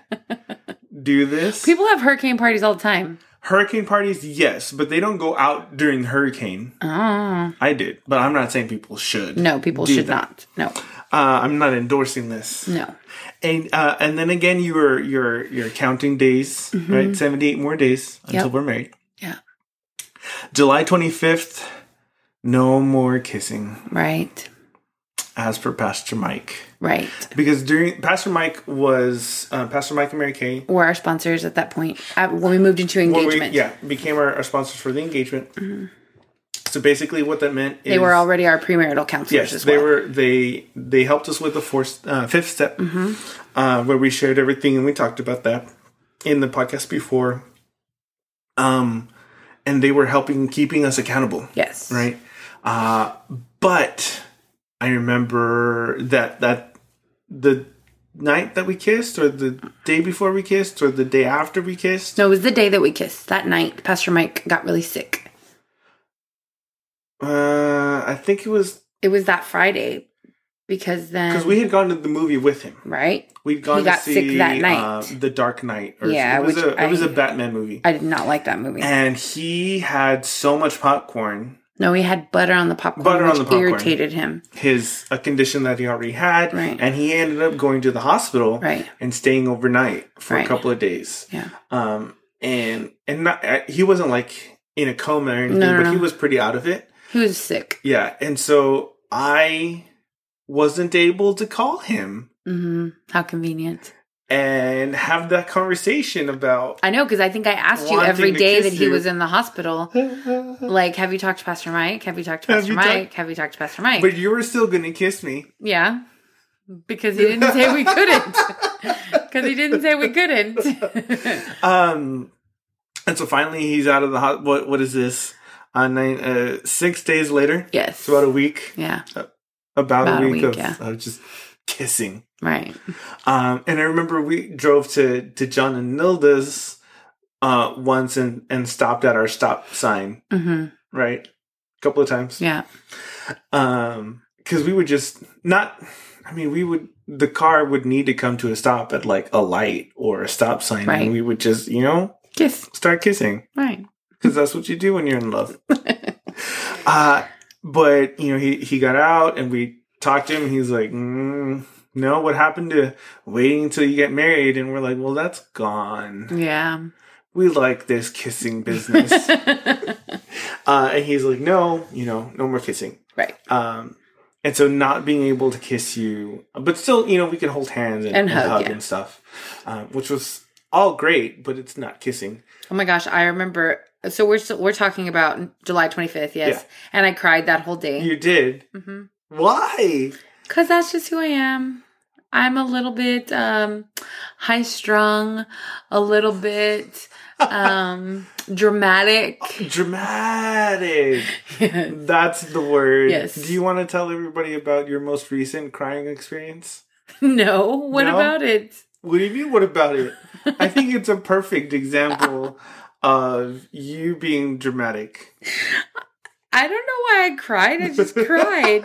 Speaker 1: do this.
Speaker 2: People have hurricane parties all the time.
Speaker 1: Hurricane parties, yes, but they don't go out during the hurricane.
Speaker 2: Oh.
Speaker 1: I did, but I'm not saying people should.
Speaker 2: No, people
Speaker 1: do
Speaker 2: should
Speaker 1: that.
Speaker 2: not.
Speaker 1: Uh, I'm not endorsing this.
Speaker 2: No. No.
Speaker 1: And uh, and then again, you were you're you're counting days, right? Seventy eight more days until
Speaker 2: Mm-hmm. Yep.
Speaker 1: we're married.
Speaker 2: Yeah.
Speaker 1: July twenty fifth. No more kissing,
Speaker 2: Right.
Speaker 1: as per Pastor Mike,
Speaker 2: Right.
Speaker 1: because during Pastor Mike was uh, Pastor Mike and Mary Kay.
Speaker 2: Were our sponsors at that point uh, when we moved into
Speaker 1: Well, we-
Speaker 2: engagement? Mm-hmm.
Speaker 1: yeah, became our, our sponsors for the engagement. So basically, what that meant is
Speaker 2: They were already our premarital counselors
Speaker 1: Yes,
Speaker 2: as
Speaker 1: they
Speaker 2: well.
Speaker 1: were. They they helped us with the fourth, uh, fifth step,
Speaker 2: Mm-hmm.
Speaker 1: uh, where we shared everything and we talked about that in the podcast before. Um, and they were helping keeping us accountable,
Speaker 2: yes.
Speaker 1: right? Uh, but I remember that that the night that we kissed, or the day before we kissed, or the day after we kissed.
Speaker 2: No, it was the day that we kissed. That night, Pastor Mike got really sick.
Speaker 1: Uh, I think it was
Speaker 2: It was that Friday because then.
Speaker 1: because we had gone to the movie with him.
Speaker 2: Right?
Speaker 1: We'd gone
Speaker 2: He got
Speaker 1: to see
Speaker 2: sick that
Speaker 1: Uh,
Speaker 2: night.
Speaker 1: the Dark Knight. Or
Speaker 2: Yeah,
Speaker 1: it was,
Speaker 2: which
Speaker 1: a, it was
Speaker 2: I-
Speaker 1: a Batman movie,
Speaker 2: I did not like that movie.
Speaker 1: and he had so much popcorn.
Speaker 2: No, he had butter on the popcorn,
Speaker 1: Butter on
Speaker 2: which
Speaker 1: the popcorn.
Speaker 2: irritated him.
Speaker 1: His a condition that he already had,
Speaker 2: Right.
Speaker 1: and he ended up going to the hospital
Speaker 2: Right.
Speaker 1: and staying overnight for a
Speaker 2: Right.
Speaker 1: couple of days.
Speaker 2: Yeah.
Speaker 1: Um, and and not, uh, he wasn't like in a coma or anything,
Speaker 2: No, no,
Speaker 1: but
Speaker 2: no.
Speaker 1: he was pretty out of it.
Speaker 2: He was sick.
Speaker 1: Yeah, and so I wasn't able to call him
Speaker 2: hmm How convenient.
Speaker 1: and have that conversation about.
Speaker 2: I know because I think I asked you
Speaker 1: Wanting
Speaker 2: every
Speaker 1: to
Speaker 2: day
Speaker 1: kiss
Speaker 2: that he
Speaker 1: you.
Speaker 2: was in the hospital. Like, have you talked to Pastor Mike? Have you talked to
Speaker 1: Have
Speaker 2: Pastor
Speaker 1: you
Speaker 2: Mike? have you talked to Pastor Mike?
Speaker 1: But you were still gonna kiss me.
Speaker 2: yeah, because he didn't say we couldn't. Because he didn't say we couldn't.
Speaker 1: Um, and so finally he's out of the hot. What what is this? On nine, uh, six days later,
Speaker 2: yes.
Speaker 1: it's about a week,
Speaker 2: yeah.
Speaker 1: about,
Speaker 2: About
Speaker 1: a
Speaker 2: a
Speaker 1: week,
Speaker 2: week,
Speaker 1: of,
Speaker 2: yeah.
Speaker 1: of just kissing.
Speaker 2: Right.
Speaker 1: Um, and I remember we drove to to John and Nilda's uh once and and stopped at our stop sign
Speaker 2: hmm
Speaker 1: right a couple of times.
Speaker 2: Yeah.
Speaker 1: Um, because we would just not. I mean, we would the car would need to come to a stop at like a light or a stop sign,
Speaker 2: Right.
Speaker 1: and we would just you know
Speaker 2: Kiss.
Speaker 1: start kissing.
Speaker 2: Right.
Speaker 1: because that's what you do when you're in love. uh, but you know, he he got out and we talked to him. And he's like, mm, "No, what happened to waiting until you get married?" And we're like, "Well, that's gone.
Speaker 2: Yeah.
Speaker 1: We like this kissing business." uh, and he's like, "No, you know, no more kissing."
Speaker 2: right.
Speaker 1: Um, and so not being able to kiss you, but still, you know, we could hold hands and, and
Speaker 2: And hug,
Speaker 1: hug,
Speaker 2: yeah.
Speaker 1: and stuff, um, which was all great, but it's not kissing.
Speaker 2: Oh my gosh, I remember. So we're still, we're talking about July 25th, yes.
Speaker 1: Yeah.
Speaker 2: And I cried that whole day
Speaker 1: You did.
Speaker 2: because
Speaker 1: Why?
Speaker 2: that's just who I am. I'm a little bit um, high strung, a little bit um, dramatic.
Speaker 1: Dramatic. That's the word.
Speaker 2: Yes.
Speaker 1: Do you want to tell everybody about your most recent crying experience?
Speaker 2: no, what
Speaker 1: No?
Speaker 2: about it?
Speaker 1: What do you mean, what about it? I think it's a perfect example of you being dramatic.
Speaker 2: I don't know why I cried. I just cried.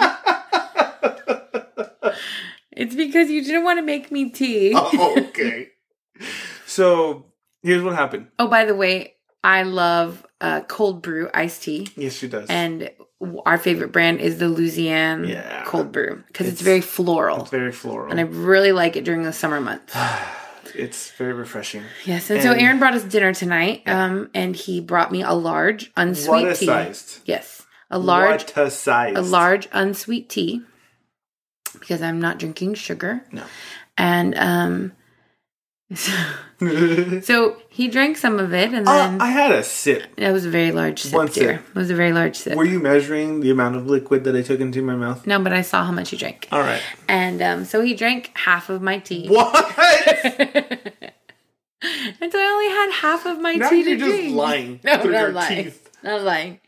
Speaker 2: It's because you didn't want to make me tea.
Speaker 1: Oh, okay. so, here's what happened.
Speaker 2: Oh, by the way, I love uh, cold brew iced tea.
Speaker 1: Yes, she does.
Speaker 2: and w- our favorite brand is the Louisiana
Speaker 1: Yeah.
Speaker 2: cold brew because it's,
Speaker 1: It's-
Speaker 2: very floral,
Speaker 1: it's very floral.
Speaker 2: and I really like it during the summer months.
Speaker 1: it's very refreshing.
Speaker 2: yes, and, so
Speaker 1: And-
Speaker 2: Aaron brought us dinner tonight, um, and he brought me a large unsweet
Speaker 1: what a
Speaker 2: tea.
Speaker 1: sized.
Speaker 2: Yes, a large,
Speaker 1: What a sized.
Speaker 2: a large unsweet tea because I'm not drinking sugar.
Speaker 1: No.
Speaker 2: and um, so he drank some of it, and
Speaker 1: Uh,
Speaker 2: then
Speaker 1: Ah, I had a sip.
Speaker 2: that was a very large sip.
Speaker 1: One
Speaker 2: dear.
Speaker 1: sip.
Speaker 2: It was a very large sip.
Speaker 1: Were you measuring the amount of liquid that I took into my mouth?
Speaker 2: no, but I saw how much he drank.
Speaker 1: All right.
Speaker 2: And um, so he drank half of my tea.
Speaker 1: Uh. What?
Speaker 2: And so I only had half of my
Speaker 1: Now
Speaker 2: tea
Speaker 1: you're
Speaker 2: to
Speaker 1: just
Speaker 2: drink.
Speaker 1: lying
Speaker 2: No,
Speaker 1: through
Speaker 2: not
Speaker 1: your
Speaker 2: lying.
Speaker 1: teeth.
Speaker 2: Not lying.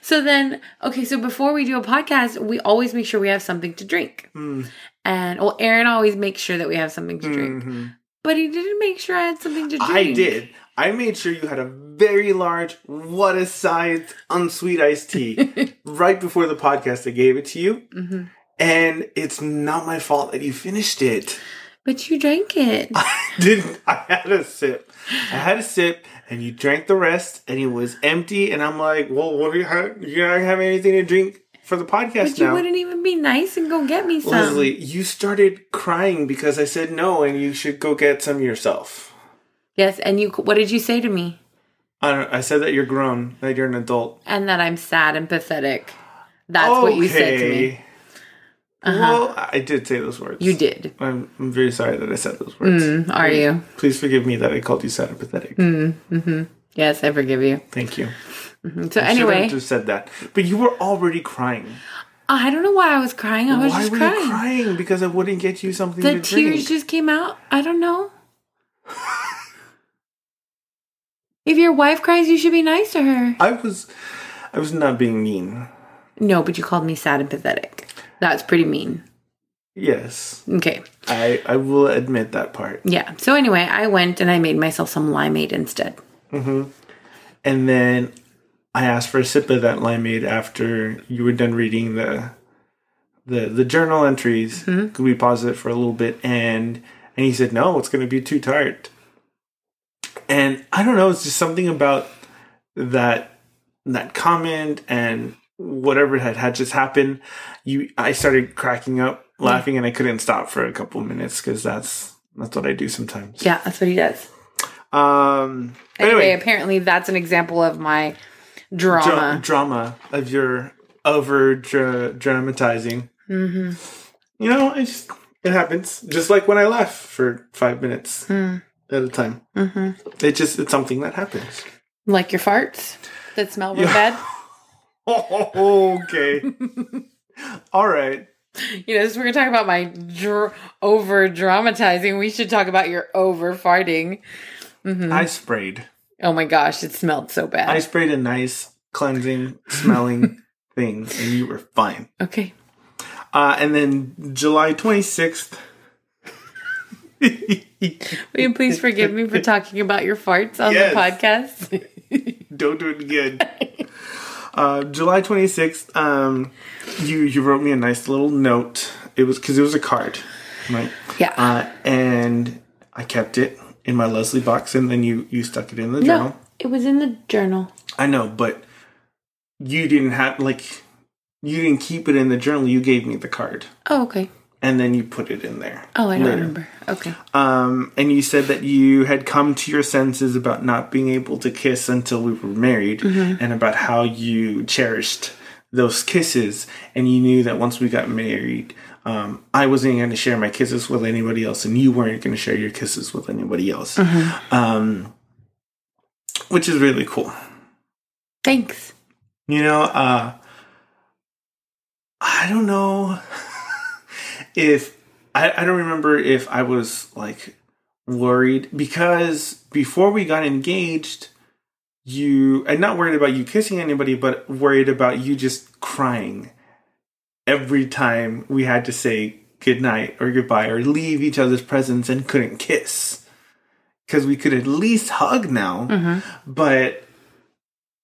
Speaker 2: So then, okay, so before we do a podcast, we always make sure we have something to drink.
Speaker 1: Hmm.
Speaker 2: And well, Aaron always makes sure that we have something to drink. But he didn't make sure I had something to drink.
Speaker 1: Mm-hmm. I did. I made sure you had a very large, what a size, unsweet iced tea right before the
Speaker 2: Mm-hmm.
Speaker 1: podcast. I gave it to you. And it's not my fault that you finished it.
Speaker 2: But you drank it.
Speaker 1: Didn't I had a sip? I had a sip, and you drank the rest, and it was empty. And I'm like, well, what are you? How, you're not having anything to drink for the podcast
Speaker 2: but you
Speaker 1: now.
Speaker 2: wouldn't even be nice and go get me some.
Speaker 1: Leslie, you started crying because I said no, and you should go get some yourself.
Speaker 2: Yes, and you. What did you say to me?
Speaker 1: I don't. I said that you're grown, that you're an adult.
Speaker 2: And that I'm sad and pathetic. That's what you said to me.
Speaker 1: Okay.
Speaker 2: Uh-huh.
Speaker 1: Well, I did say those words.
Speaker 2: You did.
Speaker 1: I'm, I'm very sorry that I said those words.
Speaker 2: Mm, Are
Speaker 1: Hmm.
Speaker 2: you?
Speaker 1: Please forgive me that I called you sad and pathetic.
Speaker 2: Yes, I forgive you.
Speaker 1: Thank you. I
Speaker 2: So
Speaker 1: shouldn't
Speaker 2: anyway,
Speaker 1: have said that. But you were already crying.
Speaker 2: I don't know why I was crying. I was
Speaker 1: Why
Speaker 2: just
Speaker 1: were
Speaker 2: crying.
Speaker 1: you crying? Because I wouldn't get you something
Speaker 2: The
Speaker 1: to
Speaker 2: tears
Speaker 1: drink.
Speaker 2: just came out. I don't know. if your wife cries, you should be nice to her.
Speaker 1: I was, I was not being mean.
Speaker 2: No, but you called me sad and pathetic. That's pretty mean.
Speaker 1: Yes,
Speaker 2: Okay.
Speaker 1: I, I will admit that part.
Speaker 2: Yeah. So anyway, I went and I made myself some limeade instead.
Speaker 1: And then I asked for a sip of that limeade after you were done reading the, the the journal entries. Could we pause it for a little bit? And and he said, no, it's going to be too tart. And I don't know. It's just something about that that comment and whatever had had just happened you i started cracking up laughing and i couldn't stop for a couple of minutes because that's that's what i do sometimes
Speaker 2: Yeah, that's what he does.
Speaker 1: um
Speaker 2: Anyway,
Speaker 1: anyway
Speaker 2: apparently that's an example of my
Speaker 1: dra-
Speaker 2: drama.
Speaker 1: drama of your over dra- dramatizing you know it just it happens just like when i laugh for five minutes at a time
Speaker 2: hmm
Speaker 1: it just it's something that happens
Speaker 2: Like your farts that smell real
Speaker 1: Yeah. oh, okay all right
Speaker 2: bad. You know, since we're gonna talk about my dr- over dramatizing, we should talk about your over farting.
Speaker 1: i sprayed
Speaker 2: Oh my gosh, it smelled so bad.
Speaker 1: I sprayed a nice cleansing smelling thing, and you were fine.
Speaker 2: okay.
Speaker 1: Uh, and then July 26th.
Speaker 2: Will you please forgive me for talking about your farts on
Speaker 1: Yes.
Speaker 2: the podcast?
Speaker 1: Don't do it again. Uh, July 26th, um, you, you wrote me a nice little note. It was because it was a card, right?
Speaker 2: Yeah.
Speaker 1: Uh, and I kept it in my Leslie box, and then you, you stuck it in the journal.
Speaker 2: No, it was in the journal.
Speaker 1: I know, but you didn't have, like, you didn't keep it in the journal. You gave me the card,
Speaker 2: Oh, okay.
Speaker 1: and then you put it in there.
Speaker 2: Oh, I don't
Speaker 1: later.
Speaker 2: remember. Okay.
Speaker 1: Um, and you said that you had come to your senses about not being able to kiss until we were married and about how you cherished those kisses. And you knew that once we got married, um, I wasn't going to share my kisses with anybody else, and you weren't going to share your kisses with anybody else. Um, which is really cool.
Speaker 2: Thanks.
Speaker 1: You know, uh, I don't know if I, I don't remember if I was like worried because before we got engaged, you and not worried about you kissing anybody, but worried about you just crying every time we had to say goodnight or goodbye or leave each other's presence and couldn't kiss because we could at least hug now,
Speaker 2: Mm-hmm.
Speaker 1: but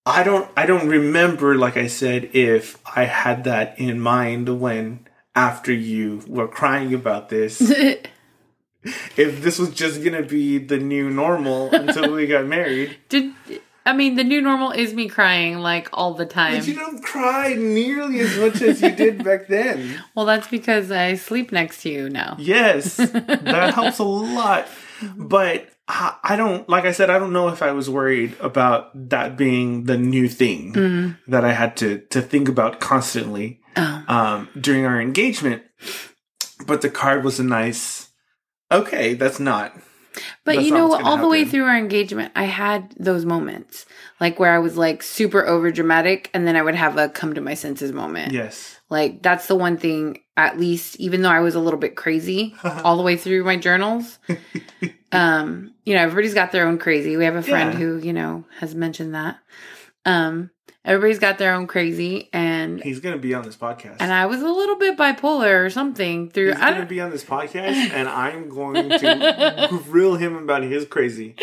Speaker 1: I don't I don't remember like I said if I had that in mind when after you were crying about this
Speaker 2: Did
Speaker 1: if this was just going to be the new normal until we got married
Speaker 2: I mean the new normal is me crying like all the time?
Speaker 1: but you don't cry nearly as much as you did back then
Speaker 2: well, that's because I sleep next to you now.
Speaker 1: yes that helps a lot but I, I don't like I said I don't know if I was worried about that being the new thing that I had to to think about constantly
Speaker 2: Hmm. Oh.
Speaker 1: um, during our engagement. But the card was a nice. Okay, that's not.
Speaker 2: But
Speaker 1: That's
Speaker 2: you
Speaker 1: not
Speaker 2: know
Speaker 1: what's
Speaker 2: what?
Speaker 1: gonna
Speaker 2: All the way
Speaker 1: happen.
Speaker 2: through our engagement, I had those moments, like where I was like super over dramatic, and then I would have a come to my senses moment.
Speaker 1: Yes.
Speaker 2: Like that's the one thing, at least, even though I was a little bit crazy all the way through my journals. um, you know, everybody's got their own crazy. We have a friend
Speaker 1: Yeah.
Speaker 2: who you know has mentioned that. Um, everybody's got their own crazy, and
Speaker 1: He's going to be on this podcast.
Speaker 2: and I was a little bit bipolar or something through.
Speaker 1: He's
Speaker 2: I
Speaker 1: going to
Speaker 2: don't.
Speaker 1: be on this podcast, and I'm going to grill him about his crazy.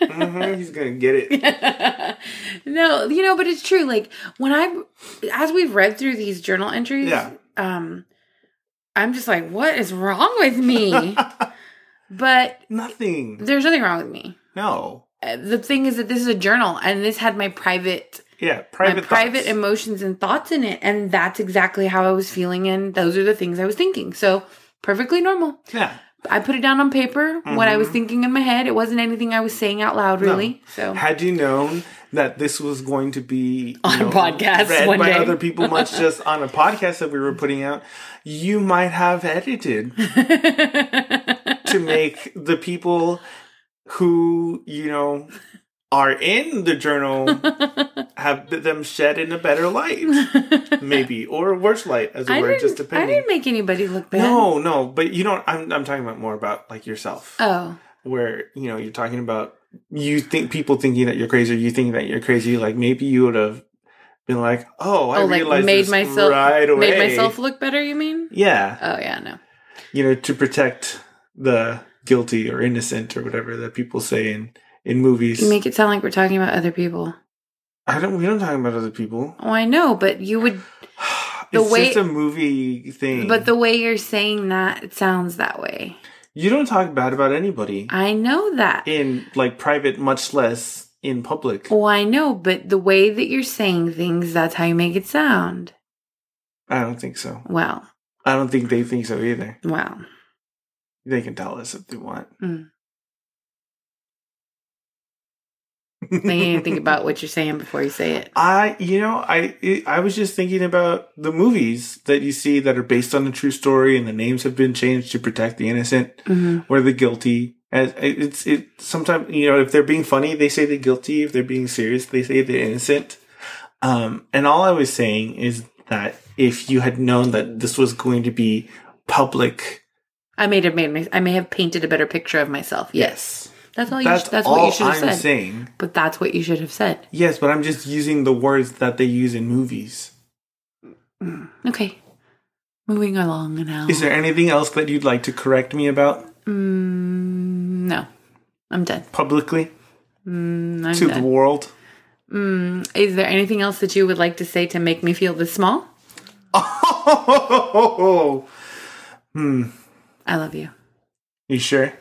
Speaker 1: Mhm, he's going to get it.
Speaker 2: no, you know, but it's true. Like when I, as we've read through these journal entries,
Speaker 1: Yeah.
Speaker 2: um, I'm just like, what is wrong with me? But
Speaker 1: Nothing.
Speaker 2: there's nothing wrong with me.
Speaker 1: No.
Speaker 2: Uh, The thing is that this is a journal, and this had my private,
Speaker 1: Yeah. Private.
Speaker 2: my private
Speaker 1: thoughts.
Speaker 2: emotions and thoughts in it, and that's exactly how I was feeling, and those are the things I was thinking. So perfectly normal.
Speaker 1: yeah.
Speaker 2: I put it down on paper what I was
Speaker 1: Mhm.
Speaker 2: thinking in my head. It wasn't anything I was saying out loud,
Speaker 1: No.
Speaker 2: really. So
Speaker 1: Had you known that this was going to be you
Speaker 2: On a podcast
Speaker 1: read
Speaker 2: one
Speaker 1: by
Speaker 2: day.
Speaker 1: other people, much just on a podcast that we were putting out, you might have edited to make the people who you know are in the journal have them shed in a better light, maybe or worse light, as
Speaker 2: I
Speaker 1: it were,
Speaker 2: didn't,
Speaker 1: just
Speaker 2: I
Speaker 1: depending.
Speaker 2: didn't make anybody look bad.
Speaker 1: No, no, but you don't. I'm I'm talking about more about like yourself
Speaker 2: Oh,
Speaker 1: where you know you're talking about you think people thinking that you're crazy or you think that you're crazy like maybe you would have been like oh i
Speaker 2: oh,
Speaker 1: realized
Speaker 2: like made
Speaker 1: this
Speaker 2: myself
Speaker 1: right away
Speaker 2: made myself look better. You mean?
Speaker 1: yeah
Speaker 2: Oh yeah, no.
Speaker 1: you know to protect the guilty or innocent or whatever that people say in in movies
Speaker 2: You make it sound like we're talking about other people.
Speaker 1: i don't we don't talk about other people
Speaker 2: Oh, I know, but you would. The
Speaker 1: it's
Speaker 2: way-
Speaker 1: just a movie thing
Speaker 2: But the way you're saying that, it sounds that way.
Speaker 1: you don't talk bad about anybody
Speaker 2: I know that.
Speaker 1: in like private much less in public
Speaker 2: Oh, I know, but the way that you're saying things, that's how you make it sound.
Speaker 1: i don't think so
Speaker 2: Well,
Speaker 1: i don't think they think so either
Speaker 2: well.
Speaker 1: they can tell us if they want
Speaker 2: Mm. Then you need to think about what you're saying before you say it.
Speaker 1: I, you know, I it, I was just thinking about the movies that you see that are based on a true story, and the names have been changed to protect the innocent
Speaker 2: Mm-hmm.
Speaker 1: or the guilty. As it- it's it sometimes you know if they're being funny, they say the guilty. If they're being serious, they say the innocent. Um, and all I was saying is that if you had known that this was going to be public,
Speaker 2: I may have made. My, I may have painted a better picture of myself. Yes, that's all. You
Speaker 1: that's,
Speaker 2: sh- that's
Speaker 1: all
Speaker 2: what you should have
Speaker 1: I'm
Speaker 2: said.
Speaker 1: saying.
Speaker 2: But that's what you should have said.
Speaker 1: Yes, but I'm just using the words that they use in movies.
Speaker 2: Okay, moving along now.
Speaker 1: Is there anything else that you'd like to correct me about
Speaker 2: Mm, no, I'm done.
Speaker 1: publicly?
Speaker 2: Mm, I'm
Speaker 1: to the
Speaker 2: done.
Speaker 1: world.
Speaker 2: Mm, is there anything else that you would like to say to make me feel this small?
Speaker 1: Oh, hmm.
Speaker 2: I love you,
Speaker 1: You sure,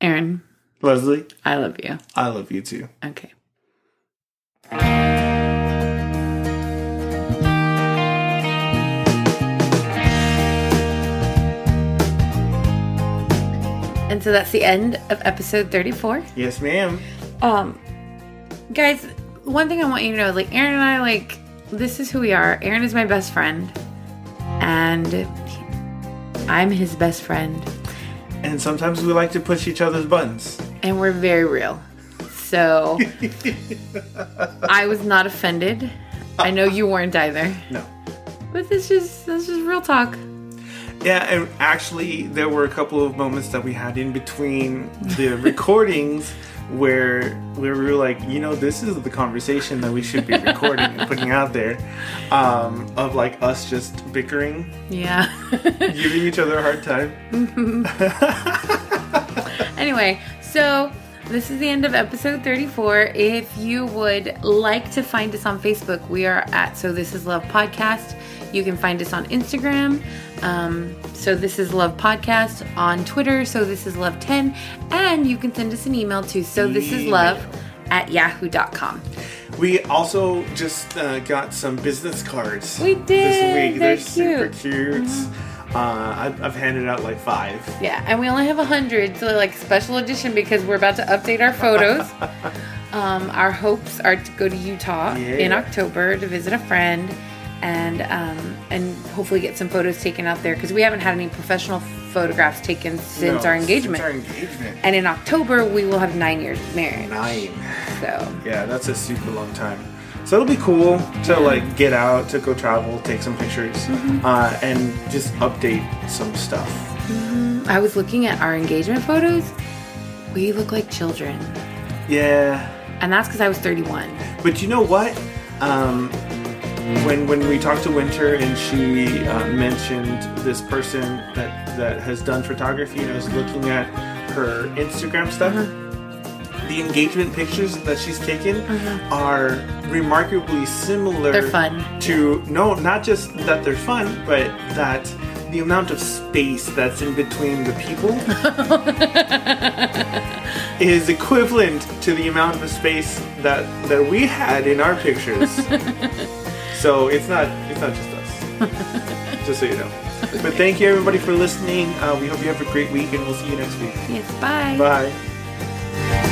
Speaker 2: Aaron.
Speaker 1: Leslie?
Speaker 2: I love you.
Speaker 1: I love you too.
Speaker 2: Okay. And so that's the end of episode 34.
Speaker 1: Yes, ma'am.
Speaker 2: Um guys, one thing I want you to know, like Aaron and I like this is who we are. Aaron is my best friend and he- I'm his best friend
Speaker 1: And sometimes we like to push each other's buttons.
Speaker 2: and we're very real. So I was not offended. I know you weren't either.
Speaker 1: No.
Speaker 2: But this is this is real talk.
Speaker 1: Yeah, and actually, there were a couple of moments that we had in between the recordings where where we were like, you know, this is the conversation that we should be recording and putting out there, um, of like us just bickering,
Speaker 2: Yeah.
Speaker 1: giving each other a hard time.
Speaker 2: anyway, so this is the end of episode 34. If you would like to find us on Facebook, we are at So This Is Love Podcast. You can find us on Instagram, um, So This Is Love Podcast, on Twitter, So This Is Love 10, and you can send us an email to So This Is Love at yahoo.com.
Speaker 1: We also just uh, got some business cards.
Speaker 2: We
Speaker 1: This
Speaker 2: did.
Speaker 1: week.
Speaker 2: They're Mm-hmm.
Speaker 1: They're, super cute. Uh, I've, I've handed out like five.
Speaker 2: Yeah, and we only have a hundred, so like special edition because we're about to update our photos. um, our hopes are to go to Utah in
Speaker 1: Yeah.
Speaker 2: October to visit a friend, and um, and hopefully get some photos taken out there because we haven't had any professional photographs taken since
Speaker 1: No,
Speaker 2: our
Speaker 1: Since
Speaker 2: engagement.
Speaker 1: our engagement.
Speaker 2: and in October we will have nine years of marriage.
Speaker 1: Nine.
Speaker 2: So
Speaker 1: Yeah, that's a super long time. So it'll be cool to like get out, to go travel, take some pictures, uh, and just update some stuff.
Speaker 2: I was looking at our engagement photos. We look like children,
Speaker 1: Yeah.
Speaker 2: and that's because I was 31.
Speaker 1: But you know what? Um, when when we talked to Winter and she uh, mentioned this person that that has done photography, and I was looking at her Instagram stuff. The engagement pictures that she's taken are remarkably similar.
Speaker 2: Mm-hmm. They're fun.
Speaker 1: To no, not just that they're fun, but that the amount of space that's in between the people is equivalent to the amount of space that that we had in our pictures. so it's not it's not just us. just so you know. But thank you everybody for listening. Uh, we hope you have a great week, and we'll see you next week.
Speaker 2: Yes,
Speaker 1: Bye.